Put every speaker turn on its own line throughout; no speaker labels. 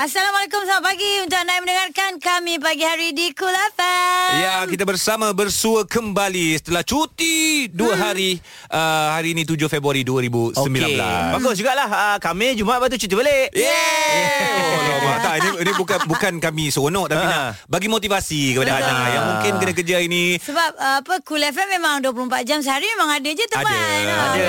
Assalamualaikum, selamat pagi untuk anda yang mendengarkan kami pagi hari di Cool FM.
Ya, kita bersama bersua kembali setelah cuti
Hmm.
dua hari. Uh, hari ini 7 Februari 2019.
Okey. Bagus jugalah. Uh, kami Jumaat lepas tu cuti balik.
Yeay! Oh, lama. tak, ini, ini bukan bukan kami seronok tapi
Ha.
nak bagi motivasi kepada
Betul.
anak yang mungkin kena kerja hari ni.
Sebab uh, apa Cool FM memang 24 jam sehari memang ada je
Ada,
teman. Ah,
Ada.
kan?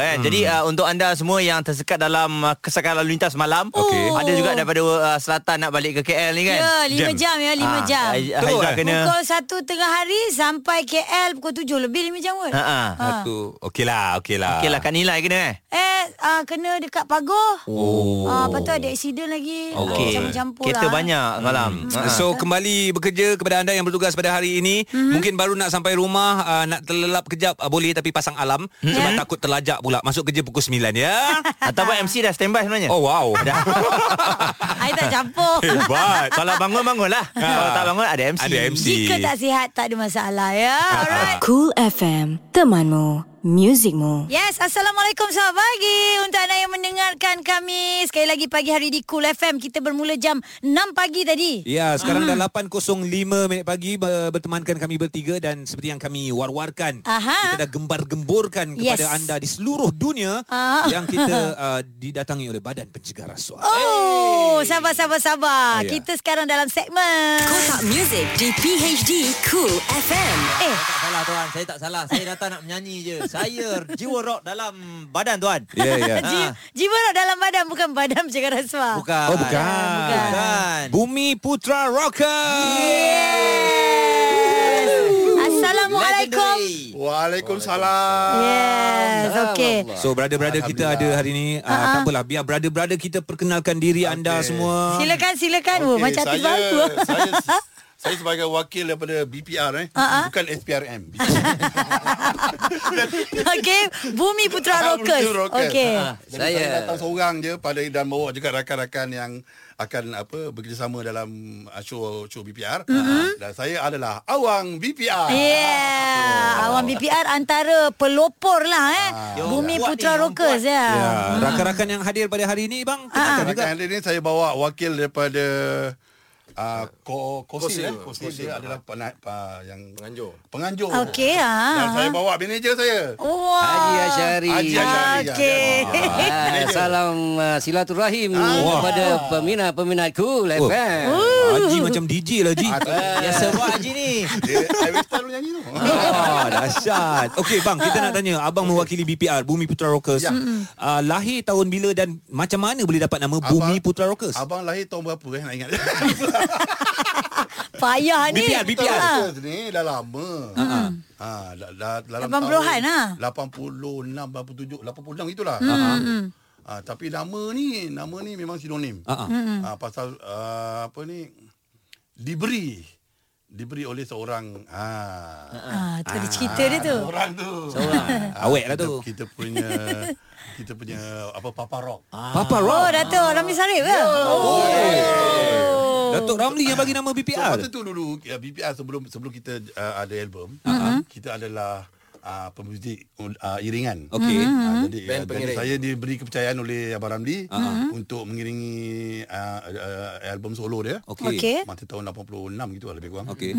Kan? Jadi
Hmm.
uh, untuk anda semua yang tersekat dalam uh, kesekan lalu lintas malam,
Okey. Oh.
ada juga daripada uh, selatan nak balik ke KL ni kan.
Ya, 5 jam,
Jam.
ya, 5
Ah,
jam.
Hai-
Betul,
Haizah
eh?
kena
Pukul 1 tengah hari sampai KL pukul 7 lebih 5 jam kot.
Ha ah.
Ha.
Satu. Okeylah, okeylah.
Okeylah kat nilai kena eh.
Eh, uh, kena dekat pagoh.
Oh.
Ah, lepas tu ada aksiden lagi.
Allah. Hmm.
Ah, Campur-campur
Kereta
lah.
banyak malam. Ha, ha. Hmm.
So kembali bekerja kepada anda yang bertugas pada hari ini mm-hmm. Mungkin baru nak sampai rumah uh, Nak terlelap kejap uh, Boleh tapi pasang alam
Hmm.
mm-hmm. Sebab
Ya.
takut terlajak pula Masuk kerja pukul 9 ya
ataupun MC dah standby sebenarnya.
Oh wow
Saya tak campur.
Hebat
Kalau bangun bangunlah. Kalau tak bangun ada MC.
Ha. Ada MC
Jika tak sihat, tak ada masalah ya. Alright.
Cool FM, temanmu, muzikmu.
Yes, Assalamualaikum selamat pagi Untuk anda yang mendengarkan kami Sekali lagi pagi hari di Cool FM Kita bermula jam 6 pagi tadi
Ya, sekarang dah 8.05 minit pagi ber- bertemankan kami bertiga dan seperti yang kami war-warkan,
Aha.
kita dah gembar-gemborkan kepada
Yes.
anda di seluruh dunia
Ah.
yang kita uh, didatangi oleh Badan Pencegah Rasuah.
Oh, sabar, sabar, sabar
Ah, ya.
Kita sekarang dalam segmen
Kotak muzik di PHD Cool FM.
Eh,
Tak salah Ah, tuan, saya tak salah. Saya datang nak menyanyi je. Saya jiwa rock dalam badan tuan. Ah,
Ya, ya.
ji- jiwa rock dalam badan Bukan badan bercakap rasuah
Bukan.
Oh, bukan.
Bukan.
Bumi Putra Rocker.
Yes. Assalamualaikum
Waalaikumsalam.
Yes, okay
So brother-brother kita ada hari ini uh, tak apalah biar brother-brother kita perkenalkan diri anda semua.
Silakan, silakan okay, oh, Macam artis
saya,
baru
saya, saya sebagai wakil daripada BPR eh. Bukan SPRM.
Okay, Bumi Putra Rockers
Bumi Rockers. Ah.
Okay
Jadi saya, saya datang seorang je pada dan bawa juga rakan-rakan yang akan apa bekerjasama dalam uh, show show BPR. Dan saya adalah awang BPR.
Ya. Yeah. Awam BPR antara pelopor lah eh.
Yang
Bumi
buat
Putra
ni, yang
Rockers ya.
Ya, rakan-rakan yang hadir pada hari ini bang.
Dan
Ah.
kenalkan juga.
Rakan Kan, hari ni saya bawa wakil daripada uh, Ko, Kosil, eh. Kosil, dia adalah pena, uh, yang penganjur. Penganjur.
Okey
Dan
ah.
saya bawa manager saya.
Wah.
Haji Asyari.
Haji Asyari.
Okey.
Ah, salam uh, silaturahim
Wah.
kepada peminat-peminat cool
Oh.
FM.
Haji macam DJ lah Haji.
Biasa buat haji ni.
Dia Harry Styles pun nyanyi tu.
Oh, dahsyat. Okey bang, kita nak tanya abang mewakili BPR Bumi Putra Rockers.
Ya.
Uh, lahir tahun bila dan macam mana boleh dapat nama Bumi Putra Rockers?
Abang lahir tahun berapa eh nak ingat.
Payah ni.
BPR, BPR.
Betul ni dah lama.
Ah,
Ha dah, dah, dalam
80-an,
tahun
ha?
86 87 86 itulah.
Hmm,
Ha. Ha, tapi nama ni nama ni memang sinonim.
Ha, ha.
Ha, pasal uh, apa ni diberi diberi oleh seorang ha.
Ah, tu ada cerita dia tu.
Orang tu. Ah,
Seorang. Awet lah tu.
Kita, kita punya kita punya apa Papa Rock.
Papa Rock.
Oh, Dato' Ramli Sarip ke? Oh.
Datuk Ramli yang bagi nama
So,
BPR.
masa tu dulu ya, BPR sebelum sebelum kita uh, ada album, uh-huh. kita adalah uh, pemuzik uh, iringan.
Okey.
Uh, jadi, uh, jadi saya diberi kepercayaan oleh Abang Ramli uh-huh. untuk mengiringi uh, uh, album solo dia.
Okey.
Okey.
Masa tahun 86 gitu lah lebih kurang.
Okey.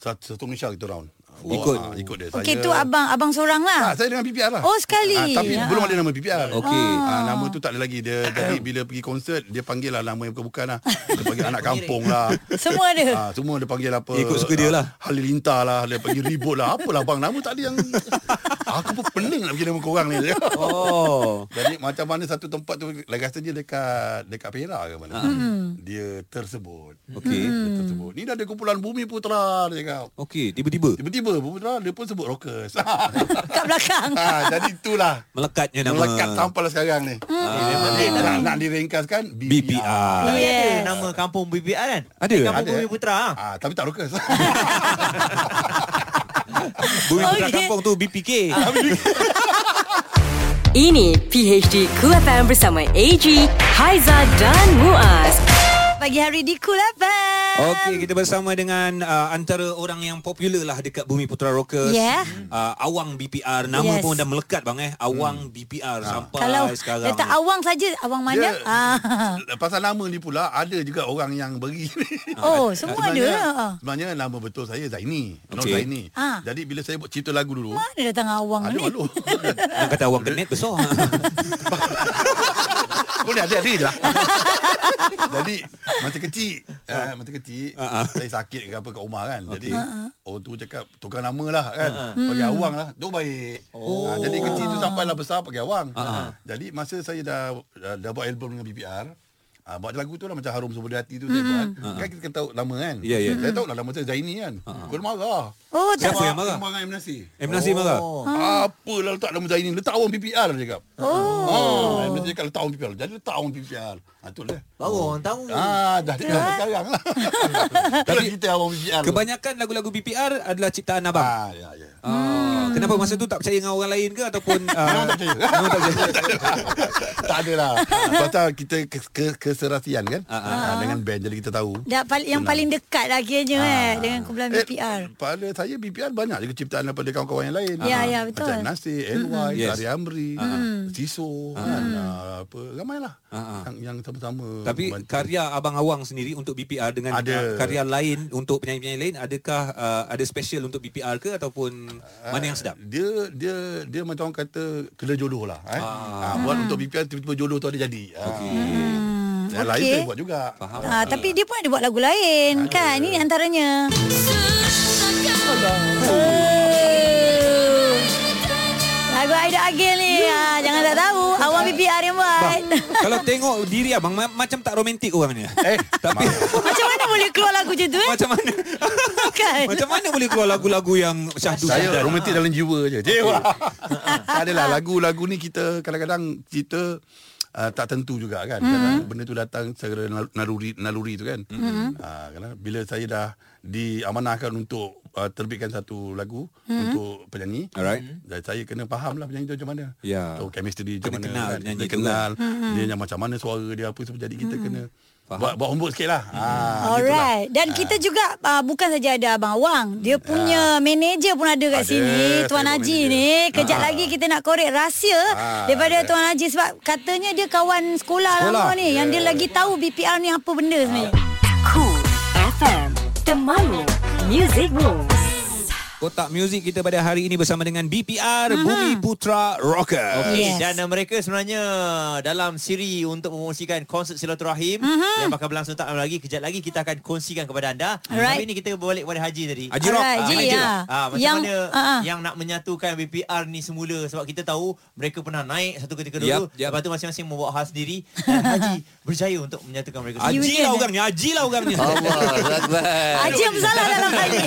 Satu, satu Malaysia kita round.
Oh. Ikut.
ah, ikut dia.
Okey,
saya,
tu abang abang seorang
Ah,
lah.
saya dengan BPR lah.
Oh, sekali.
Ah, tapi
Ah.
belum ada nama BPR.
Okey.
Ah, nama tu tak ada lagi. Dia jadi bila pergi konsert dia panggil lah nama yang bukan-bukan lah. Dia panggil anak kampung lah.
Semua ada.
Ah, semua dia panggil apa
Ikut suka dia lah.
ah, Halilintar lah Dia panggil ribut lah Apalah bang Nama tak ada yang Aku pun pening nak pergi nama korang ni
Oh.
Jadi macam mana satu tempat tu Lagi rasa dia dekat Dekat Perak ke mana Dia tersebut
Ah. Hmm. Okey.
Dia tersebut Ni dah ada kumpulan Bumi Putera Dia cakap
Okey, tiba-tiba
Tiba-tiba Bumi Putera Dia pun sebut rockers
Kat belakang.
ah, Jadi itulah
melekatnya nama Hmm. Ah.
Melekat sampai lah sekarang ni Jadi, nak, nak diringkaskan BPR,
BPR.
Yes.
Nama kampung BPR kan?
Ada?
Kampung
Ada.
Bumi Putra. ah.
Ah, tapi tak rockers
Bumi Putra
Okey.
Kampung tu BPK.
Ini PHD Cool FM bersama AG, Haiza dan Muaz.
Pagi hari di Cool FM.
Okey, kita bersama dengan uh, antara orang yang popular lah dekat Bumi Putera Rockers.
Yeah.
Uh, Awang BPR. Nama
Yes.
pun dah melekat bang eh.
Hmm.
Awang
Ah.
BPR sampai
Kalau
sekarang.
letak awang saja, awang mana?
Ya.
Ah.
Pasal nama ni pula ada juga orang yang beri.
Oh, semua ada. lah.
Sebenarnya nama betul saya Zaini. Nur
Okey.
Zaini.
Ah.
Jadi bila saya buat cipta lagu dulu,
Mana datang awang
ada
ni?
malu. Kan?
Orang kata awang kenet besar. Eh,
Kau ni adik-adik je lah. Jadi masa kecil,
Ha.
uh, masa kecil
Ah, ah.
saya sakit ke apa kat rumah kan. Jadi
Ha,
orang tu cakap tukar nama lah kan. Pakai
Hmm.
awang lah. Dia baik. Oh. jadi kecil
Ah.
tu sampailah besar pakai awang.
Ha,
Ha. Jadi masa saya dah dah, dah buat album dengan BPR, Ah, buat lagu tu lah macam harum sebuah hati tu saya buat. Kan kita kena tahu nama kan.
Hmm. Ha, Ya, Ha, ya.
Saya tahu lah nama saya Zaini kan. Kau dia marah.
Oh, tak.
Siapa yang marah?
Kau marah Imnasi.
M. Nasir marah?
Oh. Apalah letak nama Zaini Letak awam PPR dia cakap Oh ha, Dia cakap letak awam PPR Jadi letak awam PPR ha, Itulah
Baru orang tahu.
Ah, dah dia dah sekarang lah Tapi kita awam PPR tu.
Kebanyakan lagu-lagu BPR adalah ciptaan abang.
Ah, ya, ya.
Ah,
Hmm.
Kenapa masa tu tak percaya dengan orang lain ke ataupun ah,
Memang tak percaya.
memang tak percaya.
tak ada lah Pasal kita ke, ke, keserasian kan ah, Dengan band Jadi kita tahu
Dah pal- yang paling dekat lah kiranya eh dengan kumpulan BPR.
Pada saya BPR banyak juga ciptaan daripada kawan-kawan yang lain. Ha.
Ya, ya, betul.
Macam Nasir, NY,
Yes.
yes. Tari Amri, Siso, kan, ah, apa ramailah
Ah, ah.
yang, yang sama-sama.
Tapi
membantu.
karya Abang Awang sendiri untuk BPR dengan
Ada.
ah, karya lain untuk penyanyi-penyanyi lain adakah ah, ada special untuk BPR ke ataupun
Ah.
mana yang sedap?
dia dia dia macam orang kata kena jodoh lah eh. Ah. buat untuk BPR tiba-tiba jodoh tu ada jadi. Okay.
Hmm,
Yang lain
okey.
saya buat juga.
Faham.
Ah, tapi dia pun ada buat lagu lain kan. Ini antaranya. Oh. Lagu Aida Agil ni. Ah, jangan tak tahu. Awang BPR yang buat.
Bang, kalau tengok diri abang ma- macam tak romantik orangnya.
Eh,
Tapi
Macam mana boleh keluar lagu macam tu eh?
macam mana
Kan?
macam mana boleh keluar lagu-lagu yang syahdu
Saya
syahdan?
romantik dalam jiwa je. Jiwa. tak adalah lagu-lagu ni kita kadang-kadang kita Uh, tak tentu juga kan kadang benda tu datang secara nal- naluri naluri tu kan mm-hmm. uh, kadang bila saya dah diamanahkan untuk uh, terbitkan satu lagu mm-hmm. untuk penyanyi
Alright.
Hmm? dan saya kena faham lah penyanyi tu macam mana
Ya.
tahu chemistry dia macam
Kena
mana
kenal
kan.
penyanyi
Kita
tu
kenal dia yang macam mana suara dia apa semua jadi kita kena
Faham.
buat buat homework sikit lah ah, gitulah.
Alright. Dan kita juga uh, bukan saja ada Abang Awang. Dia punya manager pun ada
Ada,
kat sini. Tuan
saya buat
Haji
manager.
ni. Kejap lagi kita nak korek rahsia
Ah,
daripada
ada.
Tuan Haji. Sebab katanya dia kawan sekolah,
Sekolah.
lama ni. Yang dia lagi tahu BPR ni apa
Ah.
benda sebenarnya.
Cool FM Temanmu Music Rules
Kotak muzik kita pada hari ini bersama dengan BPR Bumi Putra Rocker.
Okay,
Yes.
Dan uh, mereka sebenarnya dalam siri untuk mempromosikan konsert silaturahim mm-hmm.
Mhm.
yang bakal berlangsung tak lama lagi. Kejap lagi kita akan kongsikan kepada anda.
Alright.
Tapi ini kita balik pada Haji tadi.
Haji Rock.
Ah,
Alright, Haji,
Haji
ya.
Rock. Ah, macam yang,
Yang-
mana
ah, ah.
yang nak menyatukan BPR ni semula sebab kita tahu mereka pernah naik satu ketika dulu.
Yap, yap.
Lepas tu masing-masing membawa hal sendiri
Uh-huh.
dan Haji berjaya untuk menyatukan mereka. semua.
Haji lah orangnya, Haji lah orangnya.
Allah Akbar.
Haji Ah, yang bersalah dalam hal ni.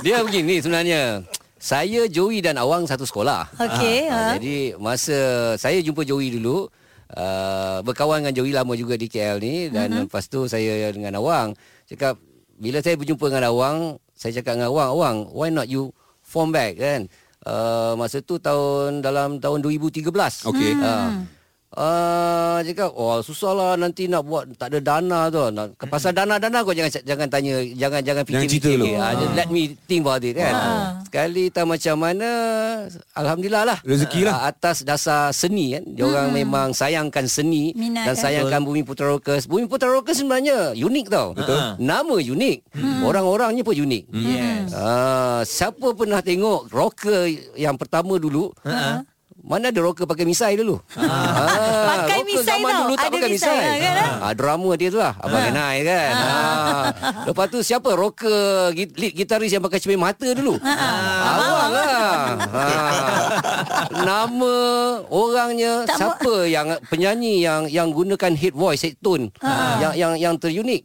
Dia begini sebenarnya. Saya Joey dan Awang satu sekolah.
Okey,
Ah,
ha.
Jadi masa saya jumpa Joey dulu Uh, berkawan dengan Joey lama juga di KL ni dan
Mhm.
uh-huh. lepas tu saya dengan Awang cakap bila saya berjumpa dengan Awang saya cakap dengan Awang Awang why not you form back kan uh, masa tu tahun dalam tahun 2013
Okey.
Hmm.
Ah. Ah, cakap oh susah lah nanti nak buat tak ada dana tu. Nak, pasal
Hmm.
dana-dana kau jangan jangan tanya, jangan jangan
Jangan cerita
fikir-fikir.
dulu.
Ah, just let me think about it kan.
Ah.
Sekali tak macam mana alhamdulillah lah.
Rezeki lah.
Ah, atas dasar seni kan. Dia orang memang sayangkan seni dan
Minat, kan?
sayangkan Bumi Putera Rockers. Bumi Putera Rockers sebenarnya unik tau. Ah.
Betul.
Nama unik. Orang-orangnya pun unik.
Yes.
Ah, siapa pernah tengok rocker yang pertama dulu? Ha. Mana ada rocker pakai misai dulu? Ah,
Pakai
rocker
misai
zaman
tau.
dulu tak
Ada
pakai
misai,
misai.
ah, kan, ah?
Ah, drama dia tu lah. Abang Enai kan. Ah. Lepas tu siapa rocker git- lead gitaris yang pakai cermin mata dulu? Abang lah. Ah. Nama orangnya
Tak
siapa yang penyanyi yang yang gunakan head voice, head tone yang yang yang terunik?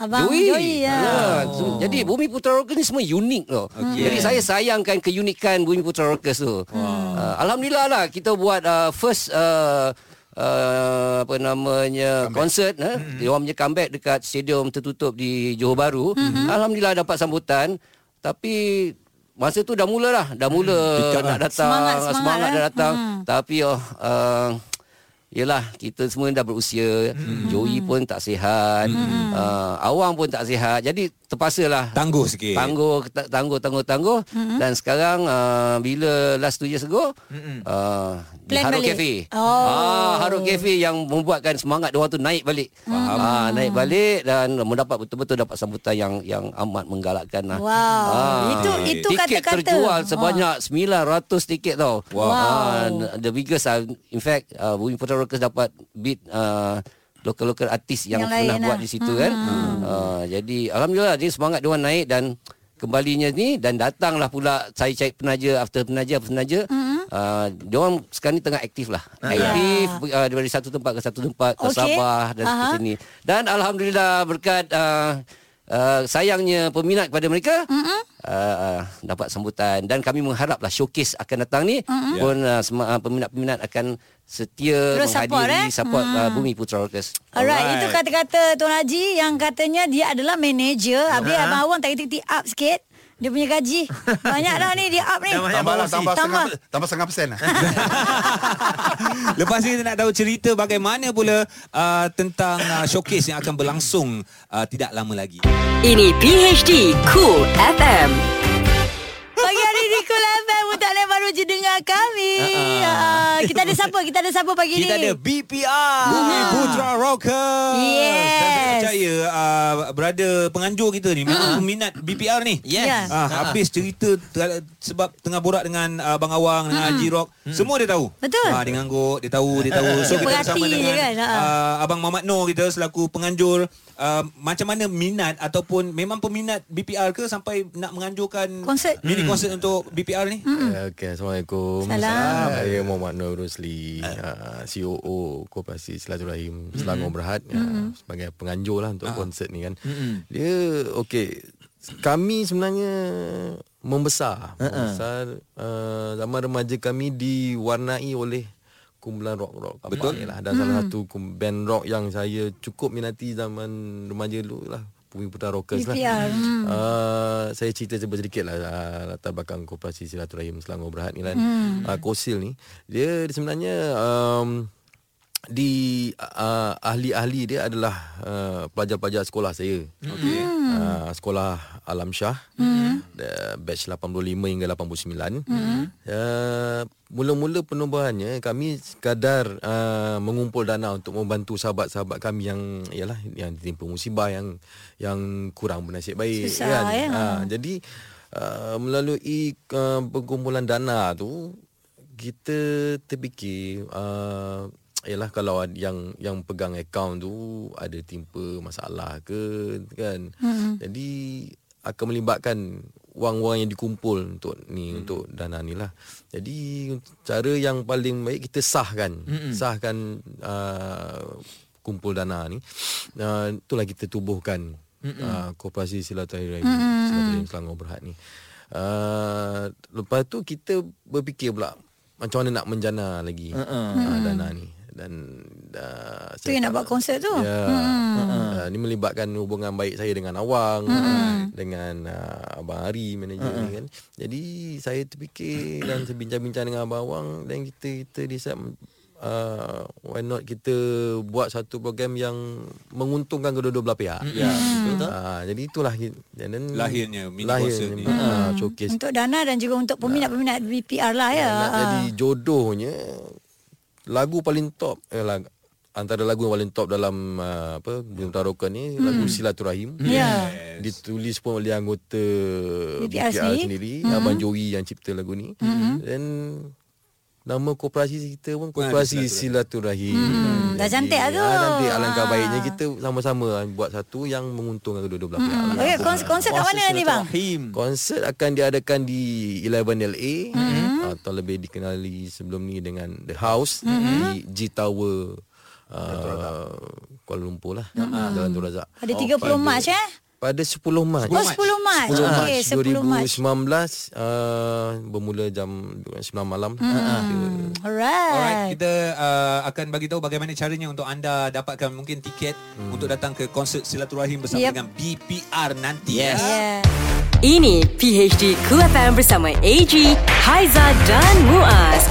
Abang Joey.
Ah.
ya.
Ya. Oh. Jadi Bumi Putera Rockers ni semua unik tau. Okay. Jadi saya sayangkan keunikan Bumi Putera Rockers tu. Uh, Alhamdulillah lah kita buat uh, first uh, Uh, apa namanya konsert eh mm-hmm. dia orang punya comeback dekat stadium tertutup di Johor Bahru mm-hmm. alhamdulillah dapat sambutan tapi masa tu dah mula lah dah mula
Pick up
nak
lah.
datang ah,
Semangat, eh.
semangat,
semangat,
semangat
eh.
dah datang mm. tapi oh, uh, Yelah kita semua dah berusia hmm. Joey pun tak sihat hmm. uh, Awang pun tak sihat Jadi terpaksalah
Tangguh sikit.
Tangguh ta- Tangguh Tangguh Tangguh mm-hmm. Dan sekarang uh, Bila last 2 years ago mm-hmm. uh, di
Plan
Haruk
balik.
Cafe
Oh.
ah, Haruk Cafe yang membuatkan Semangat orang tu naik balik Faham.
Mm-hmm.
Ah, Naik balik Dan mendapat betul-betul Dapat sambutan yang yang amat menggalakkan lah.
Wow. Itu itu
tiket
kata-kata.
terjual
Ha.
sebanyak 900 tiket tau.
Wow.
Ah, the biggest ah, in fact uh, Bumi Putra Rockers dapat beat uh, lokal-lokal artis yang,
Yang
yang
lain
pernah
lah.
buat di situ kan. Hmm. Uh, jadi alhamdulillah ni semangat dia naik dan kembalinya ni dan datanglah pula saya cari penaja after penaja after penaja. Hmm. Uh, diorang sekarang ni tengah aktif lah Aktif uh, Dari satu tempat ke satu tempat Ke
Okey.
Sabah Dan
Aha.
seperti ni Dan Alhamdulillah Berkat uh, uh, Sayangnya Peminat kepada mereka
Hmm.
uh, uh, Dapat sambutan Dan kami mengharaplah Showcase akan datang ni Pun uh, sema- uh, peminat-peminat akan Setia
Hmm. Terus support,
Menghadiri
eh?
Support uh, Bumi Putra Orkes
Alright,
Alright.
itu kata-kata Tuan Haji yang katanya dia adalah manager.
Ya.
Habis
Ha.
Abang Awang tak titik up sikit. Dia punya gaji. Banyak dah ni dia up ni.
Dah banyak
Tambahlah tambah,
Tambah.
tambah. tambah setengah persen lah.
Lepas ni kita nak tahu cerita bagaimana pula uh, tentang uh, showcase yang akan berlangsung uh, tidak lama lagi.
Ini PHD Cool FM.
Pagi hari di Cool FM Untuk yang baru je dengar kami uh, Kita ada siapa? Kita ada siapa pagi
Kita
ni?
ada BPR
Bumi Putra Rockers. Dan saya
Ah. Yes.
percaya uh, brother penganjur kita ni memang
Ah.
peminat BPR ni.
Yes
Ya.
Ah, habis cerita ter- sebab tengah borak dengan uh, Bang Awang dengan Haji Rock. Semua dia tahu.
Mm. Betul.
Ah, dia ngangguk, dia tahu, dia tahu. So
Dia
kita
perhati
bersama
je
dengan
kan, ha.
uh, abang Mamat Noor kita selaku penganjur uh, macam mana minat ataupun memang peminat BPR ke sampai nak menganjurkan
Konsert. Hmm.
mini konsert untuk BPR ni?
Eh, Okay, Assalamualaikum
Salam.
Saya Muhammad Noor Rusli uh, COO Koperasi Silaturahim Selangor Berhad uh, Sebagai penganjur lah untuk konsert ni kan Dia, okay Kami sebenarnya membesar Membesar uh, Zaman remaja kami diwarnai oleh kumpulan rock-rock Betul lah, Dan salah satu kum- band rock yang saya cukup minati zaman remaja dulu lah Bumi Putra Rockers lah
BPR,
hmm. uh, Saya cerita sedikit lah uh, Latar belakang Koperasi Silaturahim Selangor Berhad ni kan hmm. uh, Kosil ni Dia sebenarnya um, di uh, ahli-ahli dia adalah uh, pelajar-pelajar sekolah saya. Okey. Uh, sekolah Alam Shah. Hmm. batch 85 hingga 89. Hmm. Uh, mula-mula penubuhannya kami sekadar uh, mengumpul dana untuk membantu sahabat-sahabat kami yang ialah Hmm, yang ditimpa musibah yang yang kurang bernasib baik kan.
Susah, ya.
Ah, jadi uh, melalui uh, pengumpulan dana tu kita terfikir uh, ialah kalau ad- yang yang pegang akaun tu ada timpa masalah ke kan. Hmm. Jadi akan melibatkan wang-wang yang dikumpul untuk ni hmm. untuk dana ni lah. Jadi cara yang paling baik kita sahkan. Hmm. Sahkan uh, kumpul dana ni. Uh, itulah kita tubuhkan uh, koperasi silaturahim silaturahim Selangor Berhad ni. Uh, lepas tu kita berfikir pula macam mana nak menjana lagi uh-uh. uh, dana ni dan uh,
Tu yang nak buat konsert tu.
Ya. Hmm. Uh, ni melibatkan hubungan baik saya dengan Awang, hmm. dengan uh, abang Ari manager hmm. ni kan. Jadi saya terfikir dan saya bincang-bincang dengan abang Awang dan kita kita decide uh, why not kita buat satu program yang menguntungkan kedua-dua belah pihak.
Ya betul
Uh, jadi itulah ki- dan then-
Lahirnya mini konsert ni.
uh, showcase
Untuk Dana dan juga untuk peminat-peminat BPR lah ya.
Nak jadi jodohnya lagu paling top eh, lag, antara lagu yang paling top dalam uh, apa Bumi Tarokan ni hmm. lagu Silaturahim.
Ya.
Ditulis pun oleh anggota BPR,
BPR sendiri. Hmm.
sendiri, Abang Joey yang cipta lagu ni. Hmm. Dan nama koperasi kita pun koperasi Silaturahim. Hmm.
dah cantik lah tu.
Ah, cantik alangkah
Ah.
baiknya kita sama-sama buat satu yang menguntungkan kedua-dua belah
Hmm.
pihak. lah.
Ah. Okey, kons- konsert kat mana nanti bang? Oh,
Rahim
Konsert akan diadakan di 11LA mm-hmm. atau lebih dikenali sebelum ni dengan The House mm-hmm. di G Tower uh, Kuala Lumpur lah mm-hmm. Jalan Tun Razak. Oh,
Ada 30 Mac eh?
Pada 10 Mac.
Oh 10 Mac.
10 Mac
Okey, 10 Mac.
2019 uh, bermula jam 9 malam. Mm-hmm.
Alright.
Alright, kita uh, akan bagi tahu bagaimana caranya untuk anda dapatkan mungkin tiket hmm. untuk datang ke konsert silaturahim bersama
Yep.
yep. dengan BPR nanti.
Yes.
ya.
Yeah.
Ini PHD Cool FM bersama AG, Haiza dan Muaz.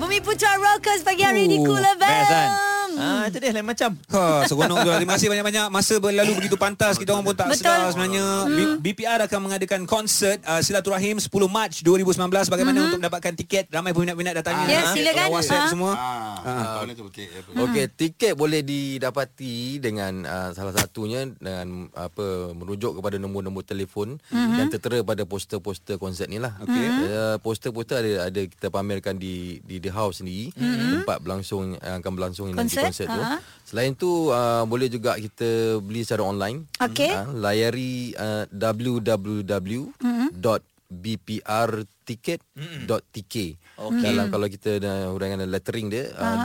Bumi Kami Putra Rockers pagi hari di
Ooh,
Cool
Best kan?
FM.
Ah, itu dia lain macam.
Ha, seronok juga. Terima kasih banyak-banyak. Masa berlalu begitu pantas. Kita orang pun tak
Betul. Hmm.
sedar sebenarnya. B- BPR akan mengadakan konsert uh, Silaturahim 10 Mac 2019. Bagaimana untuk mendapatkan tiket? Ramai peminat-peminat datangnya.
Ya,
Ah,
Mhm. silakan.
orang WhatsApp
Ah.
semua.
Ah, kawan tu okey.
Okey, tiket boleh didapati dengan uh, salah satunya dengan apa merujuk kepada nombor-nombor telefon mm-hmm. yang tertera pada poster-poster konsert ni lah. Okey. Uh, poster-poster ada ada kita pamerkan di di The House sendiri mm-hmm. tempat berlangsung yang akan berlangsung nanti
Konsert,
konsert tu.
ha.
Selain tu uh, boleh juga kita beli secara online.
Okey.
Ah, layari uh, www.bprticket.tk. Okay. Dalam kalau kita dah huraikan dalam lettering dia uh,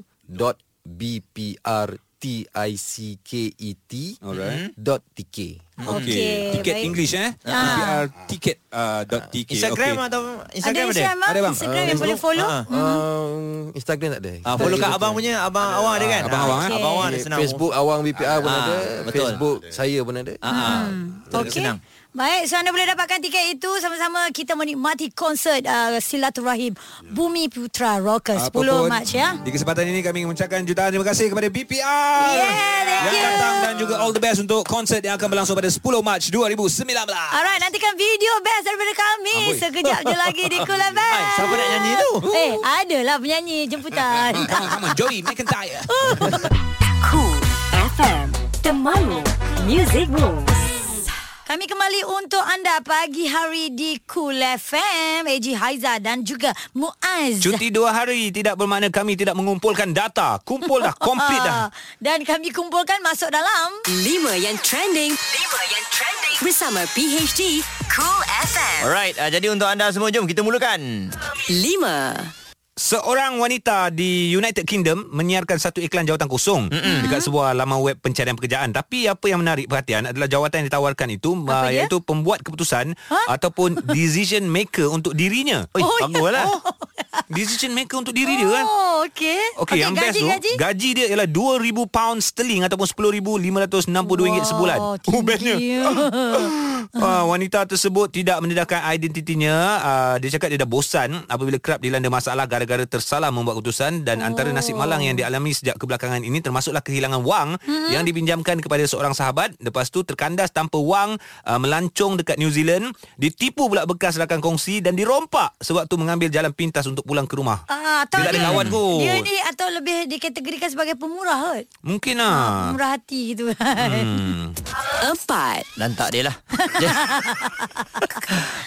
E www.bprticket.tk.
Okey.
Okey,
Tiket
baik. Ah.
English eh. BPR ticket uh, dot TK.
Instagram
Okey.
atau
Ada
Instagram ada?
Instagram, ah?
Ada, bang.
Instagram yang
Facebook?
boleh follow.
Ah,
Um, Instagram tak ada.
Ah, follow kat abang punya, abang awang ada kan?
abang
Ah,
awang, eh?
Abang awang ada
Okay.
senang.
Facebook awang BPR pun
Ah,
ada,
betul.
Facebook saya pun ada.
Ah, ah. Betul,
Okey.
Senang.
Baik, so anda boleh dapatkan tiket itu sama-sama kita menikmati konsert uh, Silaturahim
Ya.
Bumi Putra Rockers 10
Apapun,
Mac ya.
Di kesempatan ini kami mengucapkan jutaan terima kasih kepada BPR
Yeah,
yang
thank you.
datang dan juga all the best untuk konsert yang akan berlangsung pada 10 Mac 2019.
Alright, nantikan video best daripada kami sekejap je lagi di Cool FM.
Hai, siapa nak nyanyi tu?
Eh, adalah penyanyi jemputan.
Come on, come on, Joey McIntyre.
Cool FM Temanmu Music Rules
Kami kembali untuk anda pagi hari di Cool FM. AG Haiza dan juga Muaz.
Cuti dua hari tidak bermakna kami tidak mengumpulkan data. Kumpul dah, complete dah.
Ah, Dan kami kumpulkan masuk dalam
5 yang trending 5 yang trending Bersama PHD Cool FM
Alright, ah, jadi untuk anda semua jom kita mulakan.
5
Seorang wanita di United Kingdom menyiarkan satu iklan jawatan kosong mm-hmm. dekat sebuah laman web pencarian pekerjaan. Tapi apa yang menarik perhatian adalah jawatan yang ditawarkan itu uh,
dia?
iaitu pembuat keputusan ataupun decision maker untuk dirinya.
Oi, oh, baguslah.
Decision maker untuk diri dia kan.
ya. Oh,
Okey,
okey.
okay, yang best tu
gaji, gaji.
gaji dia ialah 2000 pound sterling ataupun 10562 wow, ringgit sebulan.
Oh, bestnya.
Uh, wanita tersebut tidak mendedahkan identitinya. Uh, dia cakap dia dah bosan apabila kerap dilanda masalah gara-gara tersalah membuat keputusan dan oh. antara nasib malang yang dialami sejak kebelakangan ini termasuklah kehilangan wang hmm. yang dipinjamkan kepada seorang sahabat. Lepas tu terkandas tanpa wang, uh, melancong dekat New Zealand, ditipu pula bekas rakan kongsi dan dirompak sewaktu mengambil jalan pintas untuk pulang ke rumah.
Ah, atau
Dia tak ada kawan kot.
Dia ni atau lebih dikategorikan sebagai pemurah kot.
Mungkin lah.
Pemurah hati gitu. Hmm.
4
Lantak dia lah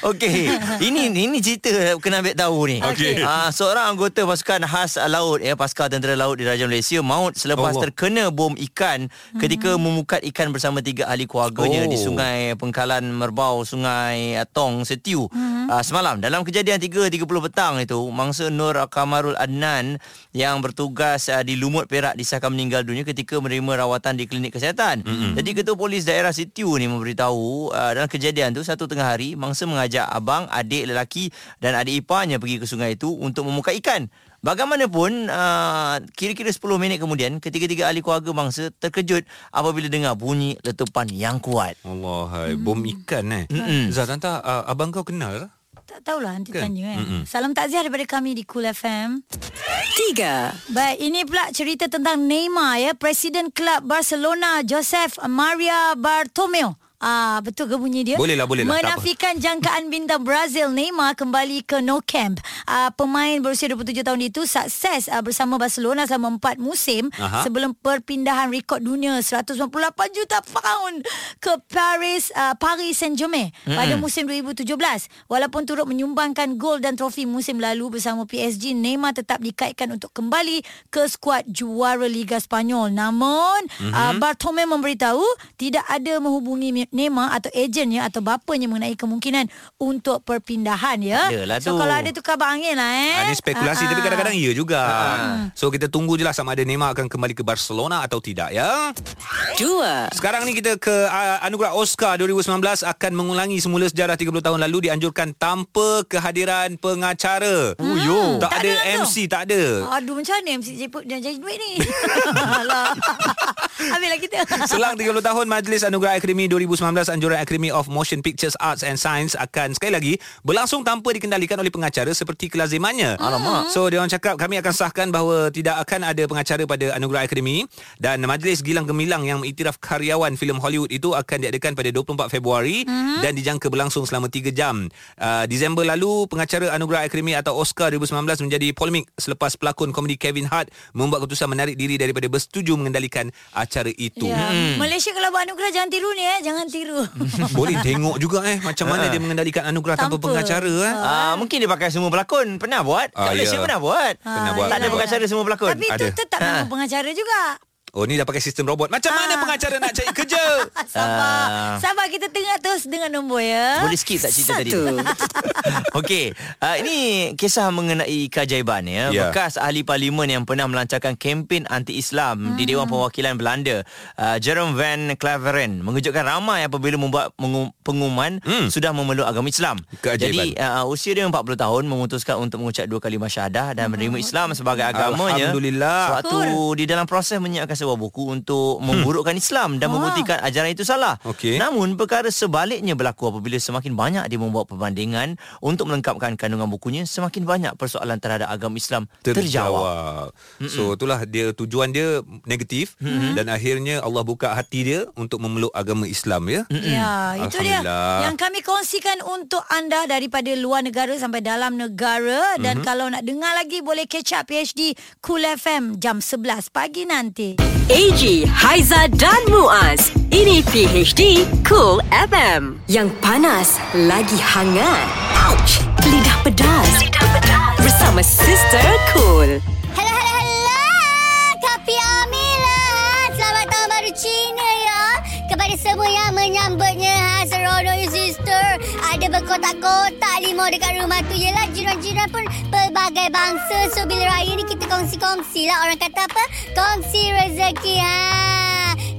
Okey Ini ini cerita Kena ambil tahu ni
Okey.
Ah, Seorang anggota pasukan khas laut ya, Pasukan tentera laut di Raja Malaysia Maut
Allah.
selepas Allah. terkena bom ikan Ketika
Hmm.
memukat ikan bersama tiga ahli keluarganya
Oh.
Di sungai Pengkalan Merbau Sungai ah, Tong Setiu
Hmm.
ah, Semalam Dalam kejadian 3.30 petang itu Mangsa Nur Kamarul Adnan Yang bertugas ah, di Lumut Perak Disahkan meninggal dunia ketika menerima rawatan di klinik kesihatan mm-hmm. Jadi Ketua Polis Daerah Sitiu ni memberitahu uh, Dalam kejadian tu Satu tengah hari Mangsa mengajak abang, adik lelaki Dan adik iparnya pergi ke sungai itu Untuk memukai ikan Bagaimanapun uh, Kira-kira 10 minit kemudian Ketiga-tiga ahli keluarga mangsa Terkejut apabila dengar bunyi letupan yang kuat
Allah, hai. bom ikan eh.
Mm-mm.
Zah, Tanta, uh, abang kau kenal?
Tak tahulah nanti
Kan?
tanya kan.
Mm-mm.
Salam takziah daripada kami di Cool FM.
3
Baik, ini pula cerita tentang Neymar ya, Presiden Klub Barcelona Joseph Maria Bartomeu. Ah, betul ke bunyi dia?
Boleh lah, boleh lah, tak apa.
Menafikan jangkaan bintang Brazil Neymar kembali ke no camp. Ah, pemain berusia 27 tahun itu sukses ah, bersama Barcelona selama 4 musim
Aha.
sebelum perpindahan rekod dunia 198 juta pound ke Paris ah, Paris Saint-Germain pada musim 2017. Walaupun turut menyumbangkan gol dan trofi musim lalu bersama PSG, Neymar tetap dikaitkan untuk kembali ke skuad juara Liga Spanyol. Namun, mm-hmm. uh, Bartomeu memberitahu tidak ada menghubungi Mi- Neymar atau ejennya atau bapanya mengenai kemungkinan untuk perpindahan ya.
Adalah
so
tu.
kalau ada tu kabar angin lah eh.
Ha, ini spekulasi
Ah,
tapi
ah.
kadang-kadang ya juga. So kita tunggu je lah sama ada Neymar akan kembali ke Barcelona atau tidak ya.
2
Sekarang ni kita ke uh, Anugerah Oscar 2019 akan mengulangi semula sejarah 30 tahun lalu dianjurkan tanpa kehadiran pengacara. Oh, yo. Tak,
Ah,
ada,
Tak ada langsung.
MC, tak ada.
Aduh macam mana MC Jeput dia jadi duit ni Alah Habislah kita
Selang 30 tahun Majlis Anugerah Akademi 2019 2019 anjuran Academy of Motion Pictures Arts and Science akan sekali lagi berlangsung tanpa dikendalikan oleh pengacara seperti kelazimannya. Alamak. So dia orang cakap kami akan sahkan bahawa tidak akan ada pengacara pada Anugerah Akademi dan majlis Gilang Gemilang yang mengiktiraf karyawan filem Hollywood itu akan diadakan pada 24 Februari mm-hmm. dan dijangka berlangsung selama 3 jam. Uh, Disember lalu pengacara Anugerah Akademi atau Oscar 2019 menjadi polemik selepas pelakon komedi Kevin Hart membuat keputusan menarik diri daripada bersetuju mengendalikan acara itu.
Ya. Hmm. Malaysia kalau buat anugerah jangan tiru ni eh, jangan tiru.
Boleh tengok juga eh macam mana dia mengendalikan anugerah tanpa,
Tanpa.
pengacara eh.
Ah, mungkin dia pakai semua pelakon. Pernah buat? Kat
Ah,
Malaysia
ya.
pernah buat.
Ha,
Pernah buat.
Ah, Tak ada
Pernah
pengacara semua pelakon.
Tapi
Ada.
itu tetap
Ha.
memang pengacara juga.
Oh ni dah pakai sistem robot. Macam mana pengacara nak cari kerja?
Ah, sabar.
Ah.
Sabar kita tengah terus dengan nombor ya.
Boleh skip tak cerita tadi?
Satu.
Okey, uh, ini kisah mengenai keajaiban ya.
Ya.
Yeah. Bekas ahli parlimen yang pernah melancarkan kempen anti-Islam hmm. di Dewan Perwakilan Belanda, uh, Jerome Van Claveren mengejutkan ramai apabila membuat mengum- pengumuman
Hmm.
hmm. sudah memeluk agama Islam.
Keajaiban.
Jadi uh, usia dia 40 tahun memutuskan untuk mengucap dua kalimah syahadah dan menerima Islam sebagai agamanya.
Alhamdulillah.
Suatu di dalam proses menyiapkan sebuah buku untuk memburukkan Islam dan membuktikan ajaran itu salah.
Okey.
Namun perkara sebaliknya berlaku apabila semakin banyak dia membuat perbandingan untuk melengkapkan kandungan bukunya, semakin banyak persoalan terhadap agama Islam terjawab.
So itulah dia tujuan dia negatif mm-hmm. dan akhirnya Allah buka hati dia untuk memeluk agama Islam ya.
Ya, itu dia
Alhamdulillah.
yang kami kongsikan untuk anda daripada luar negara sampai dalam negara
Mhm.
dan kalau nak dengar lagi boleh catch up PhD Cool FM jam 11 pagi nanti.
AG, Haiza dan Muaz. Ini PHD Cool FM. Yang panas, lagi hangat. Ouch! Lidah pedas. Lidah pedas. Bersama Sister Cool.
Hello, hello, hello. Kopi Amila. Selamat tahun baru Cina ya. Kepada semua yang menyambutnya. Ha, seronok ya, sister. Ada berkotak-kotak limau dekat rumah tu. Yelah, jiran-jiran pun pelbagai bangsa. So, bila raya ni kita kongsi-kongsi lah. Orang kata apa? Kongsi rezeki. Ha.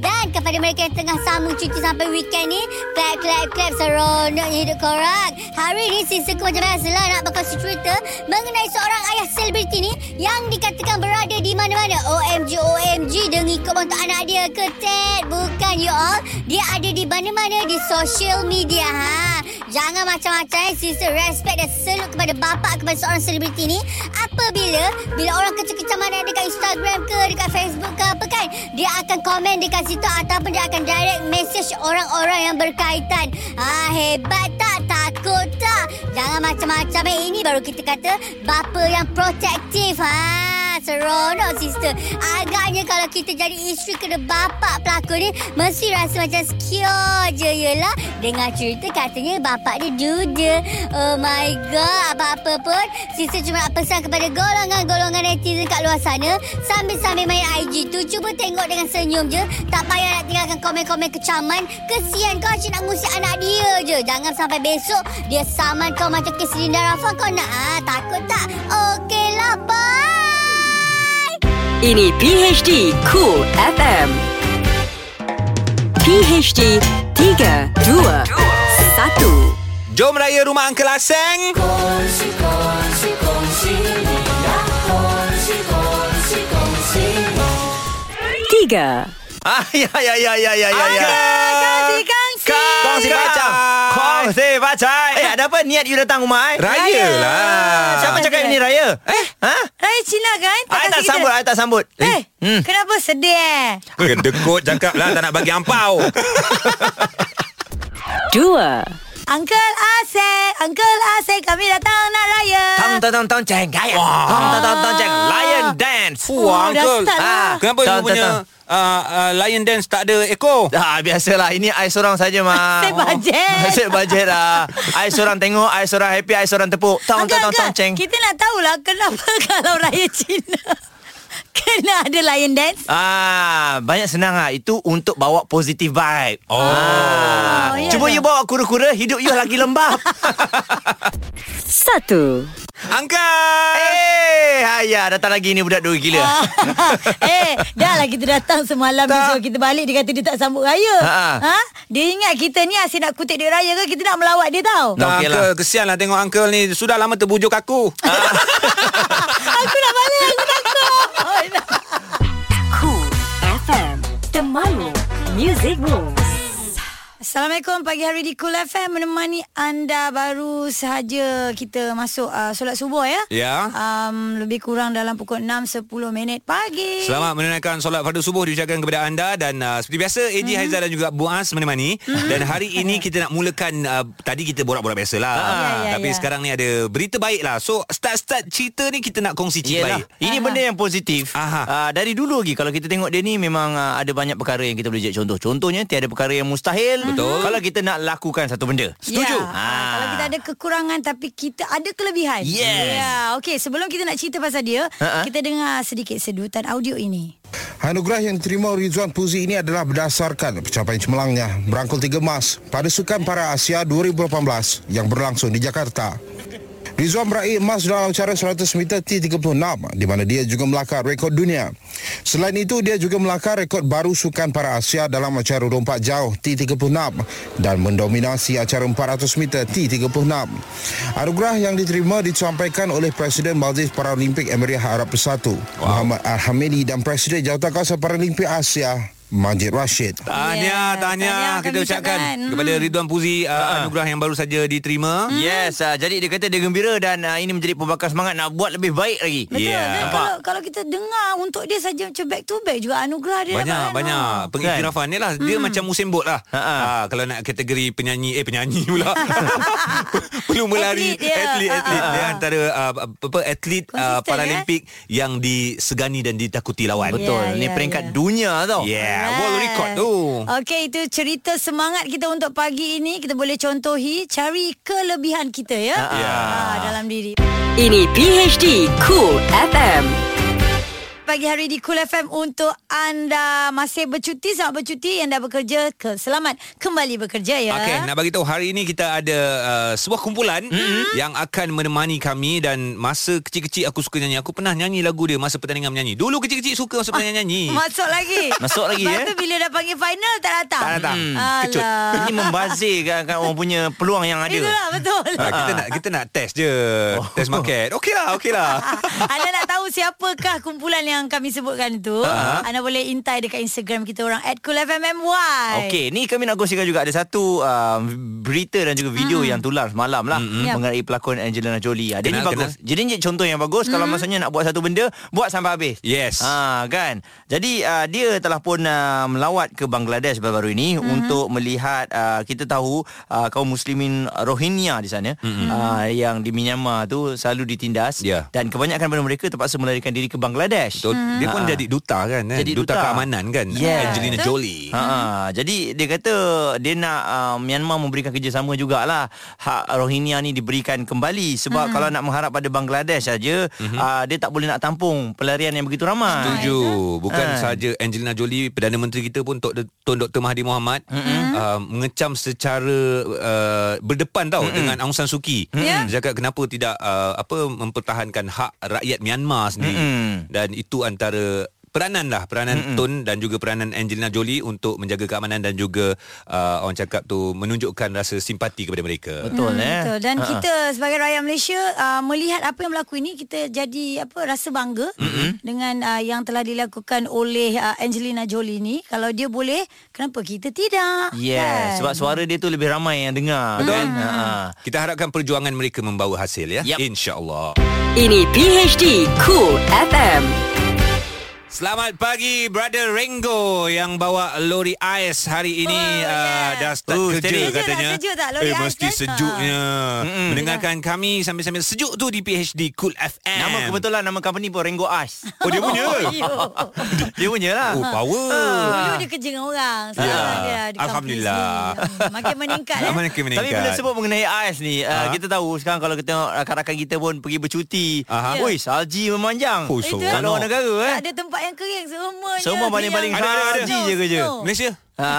Dan kepada mereka yang tengah sambung cuti sampai weekend ni Clap, clap, clap Seronoknya hidup korang Hari ni Sisa ku macam biasalah Nak berkongsi cerita Mengenai seorang ayah selebriti ni Yang dikatakan berada di mana-mana OMG, OMG Dia ngikut untuk anak dia ke Ted Bukan you all Dia ada di mana-mana Di social media ha. Jangan macam-macam eh Sisa respect dan salute kepada bapa Kepada seorang selebriti ni Apabila Bila orang kecil-kecil mana Dekat Instagram ke Dekat Facebook ke apa kan Dia akan komen dekat situ Ataupun dia akan direct message Orang-orang yang berkaitan Ah Hebat tak? Takut tak? Jangan macam-macam eh Ini baru kita kata Bapa yang protektif ha. Seronok sister Agaknya kalau kita jadi isteri Kena bapak pelakon ni Mesti rasa macam secure je Yelah Dengar cerita katanya Bapak dia duda Oh my god Apa-apa pun Sister cuma nak pesan kepada Golongan-golongan netizen kat luar sana Sambil-sambil main IG tu Cuba tengok dengan senyum je Tak payah nak tinggalkan komen-komen kecaman Kesian kau cik nak ngusik anak dia je Jangan sampai besok Dia saman kau macam Kesini Rafa Kau nak ah, takut tak Okeylah bye
Ini PHD Cool FM. PHD 3, 2, 1.
Jom raya rumah Uncle Aseng.
Tiga.
Ah ya ya ya ya ya ya. ya.
Kongsi, kongsi.
Kongsi bacai. Kongsi bacai. Eh ada apa niat you datang rumah eh?
Raya lah.
Siapa cakap ini raya? Eh? Ha?
Raya Cina kan?
Ai tak
kasi kita-
sambut, ai tak sambut.
Eh, kenapa sedih eh?
Kedekut cakap lah tak nak bagi ampau.
Dua.
Uncle Asek, Uncle Asek kami datang nak raya.
Tang tang tang tang ceng gaya. Tang tang tang tang ceng lion dance.
Oh,
Wah, Uncle.
dah start lah.
Ah,
Kenapa you
tang, tang,
punya
tang.
uh, uh, lion dance tak ada ekor?
Ah, biasalah. Ini I seorang saja, Ma.
Asyik bajet.
Asyik bajet lah. I seorang tengok, I seorang happy, I seorang tepuk. Tong,
Angkat,
tong, tong, tong,
angkat.
ceng.
Kita nak tahulah kenapa kalau raya Cina kena ada lion dance.
Ah, banyak senang ah. Itu untuk bawa positive vibe. Oh. Ah.
ya
Cuba
ke?
you bawa kura-kura, hidup you lagi lembab.
Satu.
Uncle.
eh, ayah datang lagi ni budak dua gila.
Ah. eh, dah lah kita datang semalam dia suruh kita balik dia kata dia tak sambut raya.
Ha-ha.
Ha? Dia ingat kita ni asyik nak kutip dia raya ke kita nak melawat dia tau.
Tak,
Okey
okay
lah.
Uncle. Kesianlah tengok Uncle ni. Sudah lama terbujuk aku.
aku nak balik aku takut. Oh, nak.
Cool FM. The Mamu Music Moves.
Assalamualaikum pagi hari di Cool FM menemani anda baru sahaja kita masuk uh, solat subuh ya.
Ya.
Um, lebih kurang dalam pukul 6.10 minit pagi.
Selamat menunaikan solat fardu subuh diucapkan kepada anda dan uh, seperti biasa AJ
Mhm.
mm-hmm. Haizal dan juga Buas menemani mm-hmm. dan hari ini kita nak mulakan uh, tadi kita borak-borak biasalah
Ya, ya,
tapi
ya.
sekarang ni ada berita baik lah so start-start cerita ni kita nak kongsi cerita baik
Yelah,
Ah.
ini benda yang positif.
Aha.
Uh, dari dulu lagi kalau kita tengok dia ni memang uh, ada banyak perkara yang kita boleh jadi contoh. Contohnya tiada perkara yang mustahil Betul. kalau kita nak lakukan satu benda.
Ya. Ah. Kalau kita ada kekurangan tapi kita ada kelebihan.
Yes.
Ya. Okey, sebelum kita nak cerita pasal dia,
Ha-ha.
kita dengar sedikit sedutan audio ini.
Anugerah yang diterima Rizwan Puzi ini adalah berdasarkan pencapaian cemerlangnya merangkul tiga emas pada Sukan Para Asia 2018 yang berlangsung di Jakarta. Rizwan meraih emas dalam acara 100 meter T36 di mana dia juga melakar rekod dunia. Selain itu, dia juga melakar rekod baru Sukan Para Asia dalam acara lompat jauh T36 dan mendominasi acara 400 meter T36. Anugerah yang diterima disampaikan oleh Presiden Majlis Paralimpik Emiriah Arab Bersatu, wow. Muhammad Al-Hamidi dan Presiden Jawatankuasa Paralimpik Asia, Majid Rashid.
Tahniah,
Ya,
tahniah
tahniah
kita
kami
ucapkan
ucapkan. Ah. Mm.
kepada Ridwan Puzi uh, anugerah yang baru saja diterima.
Yes, uh, jadi dia kata dia gembira dan uh, ini menjadi pembakar semangat nak buat lebih baik lagi.
Betul
Yeah.
kan? Kalau, kalau kita dengar untuk dia saja macam back to back juga anugerah dia
Banyak
dapatkan.
banyak
Oh.
pengiktirafan ni lah
Hmm.
dia macam musim bot lah.
Kan? Ha, ha.
Ha, kalau nak kategori penyanyi eh penyanyi pula. Perlu melari
Atlet dia.
atlet atlet
Ha, ha.
dia antara uh, apa atlet
Konsisten, eh?
uh, paralimpik yang disegani dan ditakuti lawan.
Betul.
Ya,
ni
ya, Oh,
peringkat
ya.
dunia tau.
Yeah, world
Yes.
record tu.
Okey, itu cerita semangat kita untuk pagi ini. Kita boleh contohi cari kelebihan kita ya.
Ya.
Ah, dalam diri.
Ini PHD Cool FM.
Pagi hari di Cool FM untuk anda masih bercuti, selamat bercuti. Yang dah bekerja, ke, selamat kembali bekerja ya.
Okey, nak bagi tahu hari ini kita ada uh, sebuah kumpulan mm-hmm. yang akan menemani kami dan masa kecil-kecil aku suka nyanyi. Aku pernah nyanyi lagu dia masa pertandingan menyanyi. Dulu kecil-kecil suka
Ah,
masa pertandingan nyanyi.
Masuk lagi.
Masuk lagi,
Lepas
eh?
tu bila dah panggil final tak datang.
ya. Tak datang. Hmm, kecut.
Alah.
Ini membazirkan kan orang punya peluang yang ada.
Itulah betul.
Ha, kita nak kita nak test je. Oh. Test market. Okeylah, okeylah.
Anda nak tahu siapakah kumpulan yang kami sebutkan itu uh-huh.
Ha.
Anda boleh intai dekat Instagram kita orang At KoolFMMY
Okey, ni kami nak kongsikan juga ada satu uh, berita dan juga video mm. yang tular semalam lah mm.
Hmm. Ya.
mengenai pelakon Angelina Jolie. Ada
Hmm,
ni
Kenal,
bagus. Jadi ni contoh yang bagus mm. kalau
Hmm.
maksudnya nak buat satu benda, buat sampai habis.
Yes.
Ha kan. Jadi uh, dia telah pun uh, melawat ke Bangladesh baru-baru ini
Hmm.
mm. untuk melihat uh, kita tahu uh, kaum muslimin Rohingya di sana mm. uh, yang di Myanmar tu selalu ditindas
Hmm, Ya.
dan kebanyakan daripada mereka terpaksa melarikan diri ke Bangladesh.
So, hmm. Dia pun
Ha.
jadi duta kan, kan?
Jadi
duta,
duta.
keamanan kan
Yeah.
Angelina
Betul.
Jolie
Ha, ha. Jadi dia kata dia nak uh, Myanmar memberikan kerjasama jugalah hak Rohingya ni diberikan kembali
Hmm.
sebab kalau nak mengharap pada Bangladesh saja uh, dia tak boleh nak tampung pelarian yang begitu ramai.
Mhm. Setuju Bukan
Ha.
sahaja Angelina Jolie Perdana Menteri kita pun Tok- Tun Dr. Mahathir Mohamad uh, Mengecam secara uh, Berdepan tau Dengan Aung San Suu Kyi
Ya.
Dia cakap kenapa tidak uh, apa Mempertahankan hak rakyat Myanmar sendiri
Mm-mm.
Dan itu antara Peranan lah Peranan Tun Dan juga peranan Angelina Jolie Untuk menjaga keamanan Dan juga uh, Orang cakap tu Menunjukkan rasa simpati kepada mereka
Betul eh.
Betul. Dan
Ha, ha.
kita sebagai rakyat Malaysia uh, melihat apa yang berlaku ini kita jadi apa rasa bangga mm-hmm. dengan uh, yang telah dilakukan oleh uh, Angelina Jolie ni. Kalau dia boleh, kenapa kita tidak?
Kan?
Kan?
Yeah, sebab suara dia tu lebih ramai yang
Hmm.
dengar Betul. kan. Ha, ha.
Kita harapkan perjuangan mereka membawa hasil ya.
Yap.
InsyaAllah.
Ini PHD Cool FM.
Selamat pagi Brother Rengo yang bawa lori ais hari ini oh, yeah. uh, dah start oh,
Oh,
kerja
steady.
Sejuk tak?
katanya.
Sejuk tak lori
eh,
ais
mesti
kan?
sejuknya. Mm-mm. Mendengarkan kami sambil-sambil sejuk tu di PHD Cool FM.
Nama lah. kebetulan nama company pun Rengo Ice.
Oh dia punya.
Yo.
dia punya lah.
Ha.
oh power.
Dulu dia kerja dengan orang. Sekarang
Ya.
dia di company
Alhamdulillah.
sendiri. Hmm, Makin meningkat eh.
Nama makin meningkat.
Tapi bila sebut mengenai ais ni uh, Kita tahu sekarang kalau kita tengok Rakan-rakan kita pun pergi bercuti
Aha.
uh Ui salji memanjang
Oh, seronok.
Itu
Kalau negara eh
Tak ada tempat yang kering semuanya.
Semua baling-baling
Dia yang-
haji
Snow,
je kerja.
snow.
Malaysia.
Ha,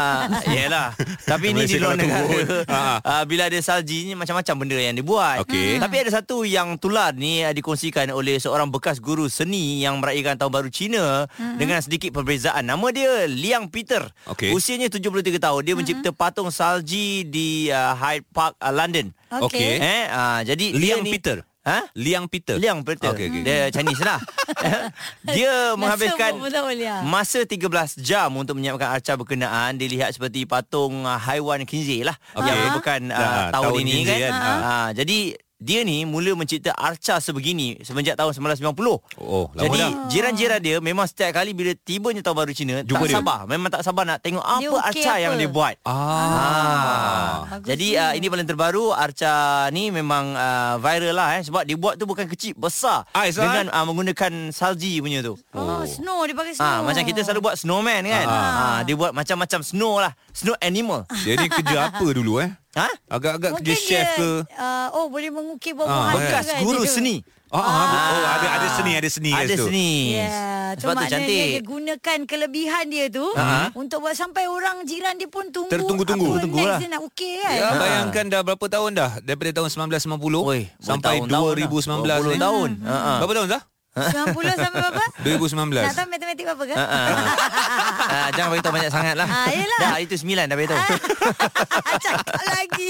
yelah. Tapi ni
Malaysia
di luar
kalau
negara.
turun. Ha, ha.
Ha, bila ada salji ni macam-macam benda yang dibuat. Hmm.
Okey.
Tapi ada satu yang tular ni ah, dikongsikan oleh seorang bekas guru seni yang meraihkan tahun baru Cina
Hmm.
dengan sedikit perbezaan. Nama dia Liang Peter.
Okey.
Usianya 73 tahun.
Hmm.
Dia mencipta patung salji di uh, Hyde Park, uh, London.
Okey.
Okey.
Eh, ah, jadi dia
Liang
ni,
Peter.
Ha?
Liang Peter.
Liang Peter.
Okey, okey.
Dia Chinese lah. dia menghabiskan
semua betul, ya.
masa 13 jam untuk menyiapkan arca berkenaan. Dilihat seperti patung uh, haiwan kinzir lah.
Okey.
Yang merupakan uh,
Ah,
tahun,
tahun
ini
kinzir
kan.
kan.
Ah. Ah, jadi dia ni mula mencipta arca sebegini semenjak tahun 1990.
Oh, lama
Jadi
dah.
jiran-jiran dia memang setiap kali bila tibanya tahun baru Cina
Jumpa
tak
dia.
sabar. Memang tak sabar nak tengok apa
Dia
okay
ukir
arca
apa?
yang dia buat. Ah.
Bagus
Jadi
ni.
uh, ini paling terbaru Arca ni memang uh, viral lah eh sebab dia buat tu bukan kecil besar
Ais lah,
dengan uh, menggunakan salji punya tu.
Oh, snow dia pakai snow.
Ah macam kita selalu buat snowman kan. Ah, dia buat macam-macam snow lah, snow animal.
Dia ni kerja apa dulu eh?
Ah.
Ha?
Agak-agak kerja
Mungkin
chef
dia,
ke?
Uh, oh, boleh mengukir
Ah,
buah-buahan tu
Bekas
kan.
guru
Dia-
seni.
Oh, ah. oh ada ada seni, ada seni kat
Ada
situ.
seni.
Yeah.
Sebab tu
maknanya
cantik.
Ya, Dia gunakan kelebihan dia tu untuk buat sampai orang jiran dia pun tunggu.
Tertunggu-tunggu.
Apa
Tunggu
next
lah.
dia nak ukir
Ha.
kan.
Ya, bayangkan dah berapa tahun dah daripada tahun 1990
Oi,
sampai
bertahun-tahun
2019
dah. 20
ni.
tahun. Ha, ha.
Berapa tahun dah?
90 sampai berapa?
2019.
Nak tahu matematik berapa ke?
Ah, jangan beritahu banyak sangat lah.
Ah, yelah. Ah,
Dah, itu sembilan dah beritahu.
Cakap lagi.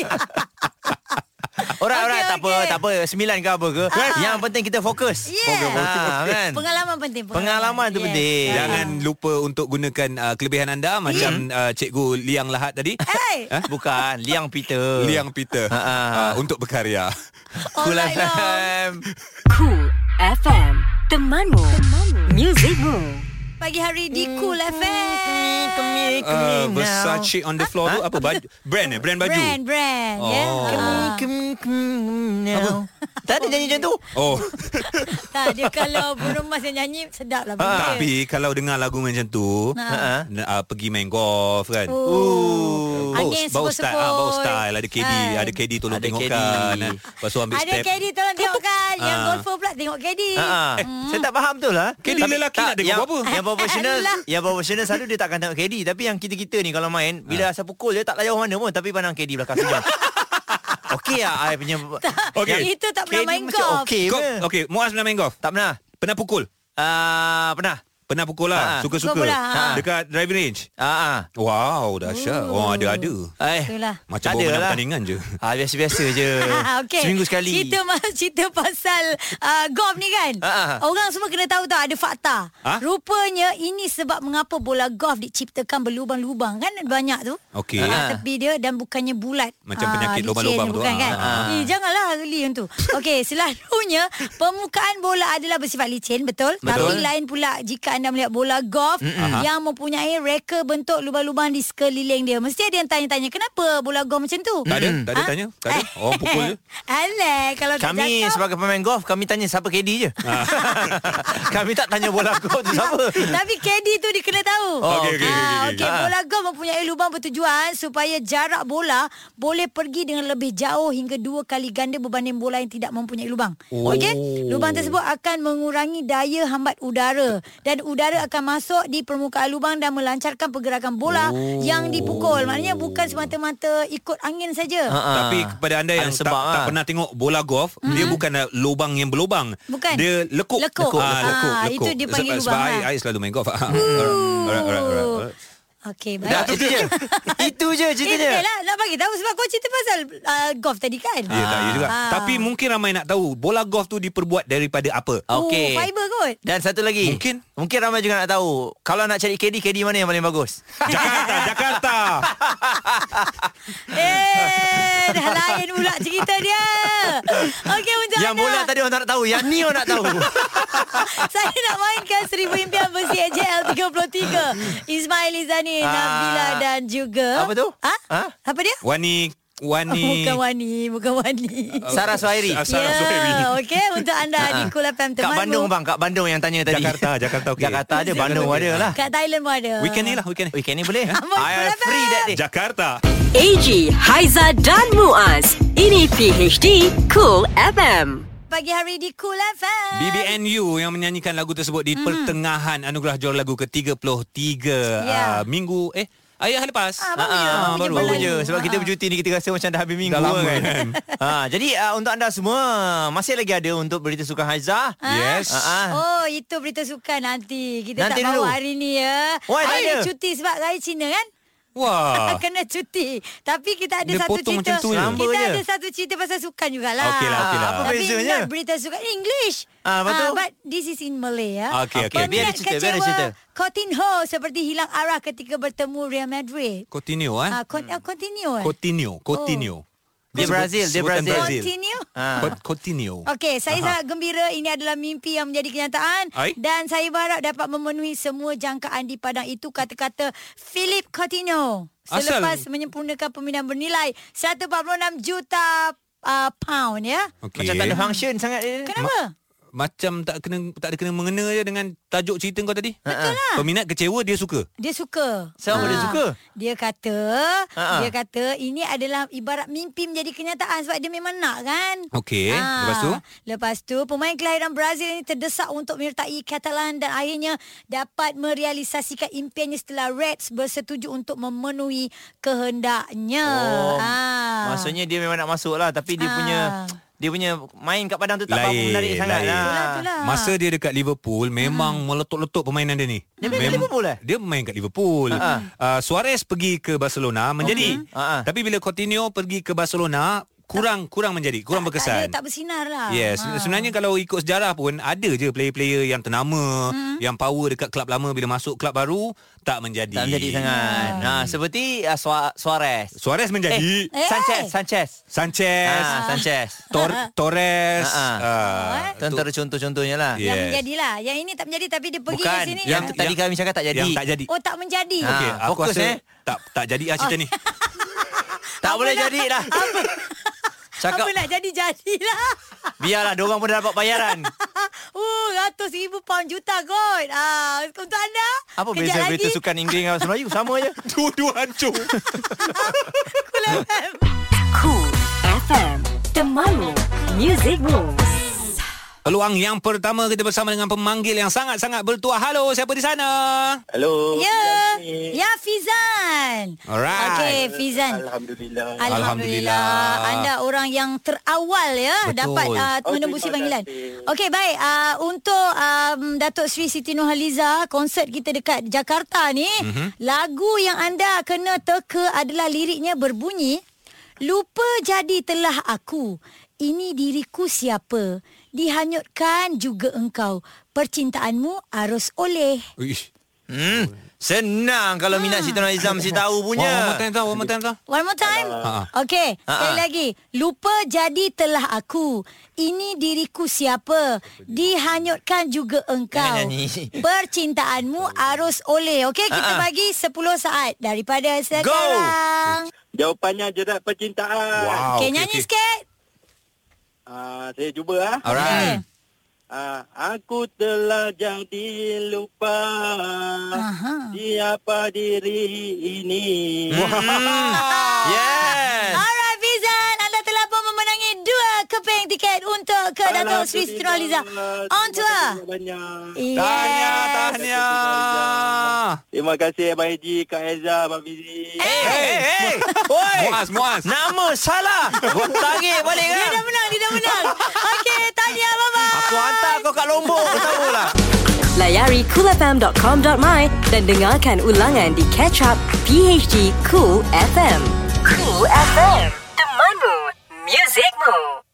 Orang,
Okey,
orang, tak apa,
okey. Ah.
tak apa. Sembilan ke apa ke. Yang penting kita fokus.
Yeah.
Ah, kan?
Pengalaman penting.
Pengalaman tu penting.
Jangan lupa untuk gunakan uh, kelebihan anda
Hmm.
macam uh, cikgu Liang Lahat tadi.
Hey,
Ha? Bukan, Liang Peter.
Eh? Liang Peter
Ha, ha.
uh, untuk berkarya.
Cool
alright dong.
FM.
Cool FM Temanmu Temanmu Muzikmu
Pagi hari di Cool FM.
Uh, Versace on the floor tu
Ha?
apa baju brand eh brand baju.
Brand, brand. Yeah.
Oh.
Ah.
Tak ada nyanyi macam tu.
Oh,
Tak, dia kalau Bruno Mars yang nyanyi, sedap
Ha,
Ha.
lah. bunyi dia.
tapi kalau dengar lagu macam tu, uh, uh, pergi main golf kan.
Oh.
Bau,
Angin
bau style, ah, bau style ada KD,
Kan.
ada KD tolong
Ada
tengokkan.
KD.
ah. Lepas tu ambil
Ada
step.
KD tolong tengokkan. Yang
Ah.
golfer pula tengok KD.
Ha,
Hmm.
Saya tak faham tu lah
KD
Tapi
lelaki
tak,
nak tengok
yang,
apa?
Yang profesional
Alah.
Yang profesional selalu Dia takkan tengok KD Tapi yang kita-kita ni Kalau main Bila asal pukul Dia tak layak mana pun Tapi pandang KD belakang sejam Okey lah I punya
Okey.
Yang itu tak pernah
KD
main
macam
golf.
Okey
Golf,
ke?
Okey, Muaz pernah main golf?
Tak pernah
Pernah pukul?
Ah, Pernah
Pernah pukul
Ah.
lah, suka-suka.
Pukul bola, ah.
Dekat driving range.
Ah, ah.
Wow, dahsyat. Oh, ada-ada.
Eh,
Itulah.
Macam
tak
baru menang
ada lah.
pertandingan je.
Ah, biasa-biasa je.
okay.
Seminggu sekali.
Cerita, mas, cerita pasal uh, golf ni kan
Ha, ha.
Orang semua kena tahu tau Ada fakta
Ha?
Rupanya ini sebab mengapa bola golf diciptakan berlubang-lubang Kan banyak tu
Okey.
Ah,
Ha.
Tepi dia dan bukannya bulat
Macam
Ah,
penyakit
licin,
lubang-lubang tu,
bukan,
ah.
kan? Eh, janganlah geli yang tu Okey selalunya Permukaan bola adalah bersifat licin Betul? Tapi lain pula jika anda melihat bola golf Yang mempunyai reka bentuk lubang-lubang di sekeliling dia Mesti ada yang tanya-tanya Kenapa bola golf macam tu?
Tak ada?
Mm.
Tak ada
Ah?
tanya? Tak ada? Orang pukul je?
Alah, kalau tak
Kami
cakap.
sebagai pemain golf Kami tanya siapa KD je Kami tak tanya bola golf tu siapa
Tapi KD tu dia kena tahu.
Oh, okey,
okey, okey,
Ah,
okey.
okey, bola golf mempunyai lubang bertujuan supaya jarak bola boleh pergi dengan lebih jauh hingga dua kali ganda berbanding bola yang tidak mempunyai lubang.
Oh.
Okey? Lubang tersebut akan mengurangi daya hambat udara dan udara akan masuk di permukaan lubang dan melancarkan pergerakan bola yang dipukul. Maknanya bukan semata-mata ikut angin saja.
Ah, ah.
Tapi kepada anda yang
Ada
tak,
sebab,
tak
ah.
pernah tengok bola golf, mm-hmm. dia bukan uh, lubang yang berlubang.
Hmm. Bukan.
Dia lekuk.
Lekuk.
Ah,
Ah,
lekuk, lekuk.
itu dia panggil
sebab,
lubang,
Sebab
ah.
I, I selalu main golf. Alright, alright, alright, alright.
Oh. Okey, baik.
Dah itu je Itu je
Eh, betul
ceritanya
lah. Nak bagi tahu sebab kau cerita pasal uh, golf tadi kan?
Ya, tak ya juga.
Ah.
Tapi mungkin ramai nak tahu bola golf tu diperbuat daripada apa?
Okey.
Oh, fiber kot.
Dan satu lagi
Mungkin.
Mungkin ramai juga nak tahu Kalau nak cari KD KD mana yang paling bagus
Jakarta, Jakarta.
Eh, dah lain pula cerita dia. Okey untuk
Yang
anda.
bola tadi orang tak nak tahu Yang ni orang nak tahu
Saya nak mainkan seribu impian versi AJL 33. Ismail Izani,
Ah.
Nabila dan juga...
Apa tu?
Ha?
Ha?
Apa dia?
Wani
Oh,
Wani
bukan Wani, bukan Wani.
Sarah Suhairi
Ah,
Ya,
Sarah Zuhairi.
okey untuk anda di
Ah.
Kul FM
Kat
temanmu.
Bandung bang Kat Bandung yang tanya tadi
Jakarta, Jakarta okey.
Jakarta ada Bandung ada lah
Kat Thailand pun ada.
Weekend ni lah, weekend ni.
Weekend ni boleh
Amboi,
I
Kul
free
FM.
that day
Jakarta.
AG Haiza dan Muaz Ini PHD Cool FM
Pagi hari di Kul FM.
BBNU yang menyanyikan lagu tersebut
Hmm.
di pertengahan anugerah juara lagu ke-33
Ya.
yeah. uh, minggu eh ayah hari lepas.
Ah, baru je,
Ah, ah,
baru
baru,
je bulan
je
ni.
Sebab kita bercuti ni Kita rasa macam dah habis minggu
Dah lama
kan.
kan.
ah, Jadi ah, untuk anda semua Masih lagi ada Untuk berita sukan Haizah
Yes.
ah, ah.
Oh, itu berita sukan nanti. Kita
Nanti
tak
dulu.
bawa hari ni ya.
Why, tak
Hari
ada?
cuti sebab raya Cina kan?
Wah.
Kena cuti Tapi kita
Ah.
ada
Dia
satu
potong macam
cerita
tu je.
Kita
Selamba
ada
je.
satu cerita pasal sukan jugalah
Okey lah, okey lah.
Apa
Tapi
bezanya?
not berita sukan English
Ah, lepas tu?
But this is in Malay ya.
Ah, Okey, okey.
Biar
Peminat
dia cerita, biar dia cerita.
kecewa Coutinho seperti hilang arah ketika bertemu Real Madrid
Continue eh.
Ah, con- ah, Continue eh?
Continue, continue.
Dia Brazil, dia
sebutan
Brazil.
Oh. Continue
Ah.
Co- Continue.
Okey, saya sangat gembira ini adalah mimpi yang menjadi kenyataan
Hai.
dan saya berharap dapat memenuhi semua jangkaan di padang itu kata-kata Philip Coutinho
Asal-
selepas menyempurnakan pembinaan bernilai 146 juta uh, pound ya.
Okey.
Macam tak ada function sangat dia.
Kenapa?
Macam tak kena tak ada kena mengena je dengan tajuk cerita kau tadi.
Betul
lah. Peminat kecewa dia suka.
Dia suka.
Siapa dia
Ah.
suka? Ha,
Dia kata,
Ha-ha.
dia kata ini adalah ibarat mimpi menjadi kenyataan sebab dia memang nak kan.
Okey,
Ah,
lepas tu?
Lepas tu pemain kelahiran Brazil ini terdesak untuk menyertai Catalan dan akhirnya dapat merealisasikan impiannya setelah Reds bersetuju untuk memenuhi kehendaknya.
Oh,
Ah.
Maksudnya dia memang nak masuk lah Tapi dia
Ah.
punya Dia punya main kat padang tu tak apa
Lain,
menarik sangat
lain.
lah.
Itulah, itulah.
Masa dia dekat Liverpool
Hmm.
memang meletup-letup permainan dia ni.
Dia main kat
Mem-
Liverpool eh?
Dia main kat Liverpool.
Ha-ha.
Uh, Suarez pergi ke Barcelona menjadi.
Ha-ha.
Tapi bila Coutinho pergi ke Barcelona kurang kurang menjadi, kurang berkesan.
Tak, ada, tak bersinar lah.
Yes, ha. sebenarnya kalau ikut sejarah pun ada je player-player yang ternama, hmm. yang power dekat klub lama bila masuk klub baru tak menjadi.
Tak menjadi sangat nah, Seperti uh, Sua- Suarez
Suarez menjadi, eh.
Hmm. Eh.
Sanchez Sanchez
Sanchez,
ah, Sanchez
Tor- Torres,
Ha, ha.
ah,
Itu antara contoh-contohnya lah
Yeah.
Yang
Yes.
menjadilah. Yang ini tak menjadi tapi dia pergi
Bukan
ke sini.
Yang
Yang-
tadi
yang-
kami cakap tak jadi
yang tak jadi.
Oh tak menjadi.
Ah.
Okey, aku
fokus,
rasa
eh. Ah.
tak tak jadi lah cerita ni.
Tak boleh jadi lah Cakap
Apa nak jadi jadilah.
Biarlah Diorang pun dah dapat bayaran
Uh, ratus ribu pound juta kot. Ah, untuk anda.
Apa
kejap
beza
lagi,
berita sukan Inggeris dengan bahasa Melayu Sama je
Dua-dua hancur.
Cool FM.
Cool FM Temanmu Music Rules
Peluang yang pertama kita bersama dengan pemanggil yang sangat-sangat bertuah. Halo, siapa di sana?
Hello.
Ya. Ya Fizan.
Alright.
Okey, Fizan.
Alhamdulillah.
Alhamdulillah.
Alhamdulillah.
Anda orang yang terawal ya
Betul.
dapat uh,
Oh,
menembusi
terima
panggilan.
kasih.
Okey, baik. Uh, untuk um, Datuk Sri Siti Nurhaliza, konsert kita dekat Jakarta ni,
Mhm.
mm-hmm. lagu yang anda kena teka adalah liriknya berbunyi, lupa jadi telah aku. Ini diriku siapa? Dihanyutkan juga engkau. Percintaanmu arus oleh.
Ish.
Hmm Senang kalau
Ah.
minat Siti Nurhaliza mesti tahu punya.
One more time tau, one more time tau.
One more time.
Ha-ha.
Okay, sekali
Ha-ha.
lagi. Lupa jadi telah aku. Ini diriku siapa. Dihanyutkan juga engkau.
Jangan nyanyi.
Percintaanmu arus oleh. Okay, kita
Ha-ha.
bagi 10 saat daripada sekarang.
Jawapannya jerat percintaan.
Wow.
Okay,
Ah, okey,
nyanyi
okey.
sikit.
Ah, saya cuba ah.
Alright.
Ah, aku telah jadi lupa
Aha.
siapa diri ini.
Yes.
Alright, Fizan. Anda telah pun memenangi dua keping tiket untuk ke Dato' Sri Siti Nurhaliza. On tour.
Banyak.
Tahniah,
Yes.
tahniah.
Terima kasih Abang Haji, Kak Ezra, Abang Fizi.
Eh, eh, eh. Oi.
Muaz, Muaz.
Nama salah. Kau tarik balik
Dia
kan?
dah menang, dia dah menang. Okay, tahniah. Bye-bye.
Aku hantar kau kat Lombok, kau tahulah.
Layari coolfm.com.my Dan dengarkan ulangan di Catch Up PHD Cool FM Cool FM Temanmu Musicmu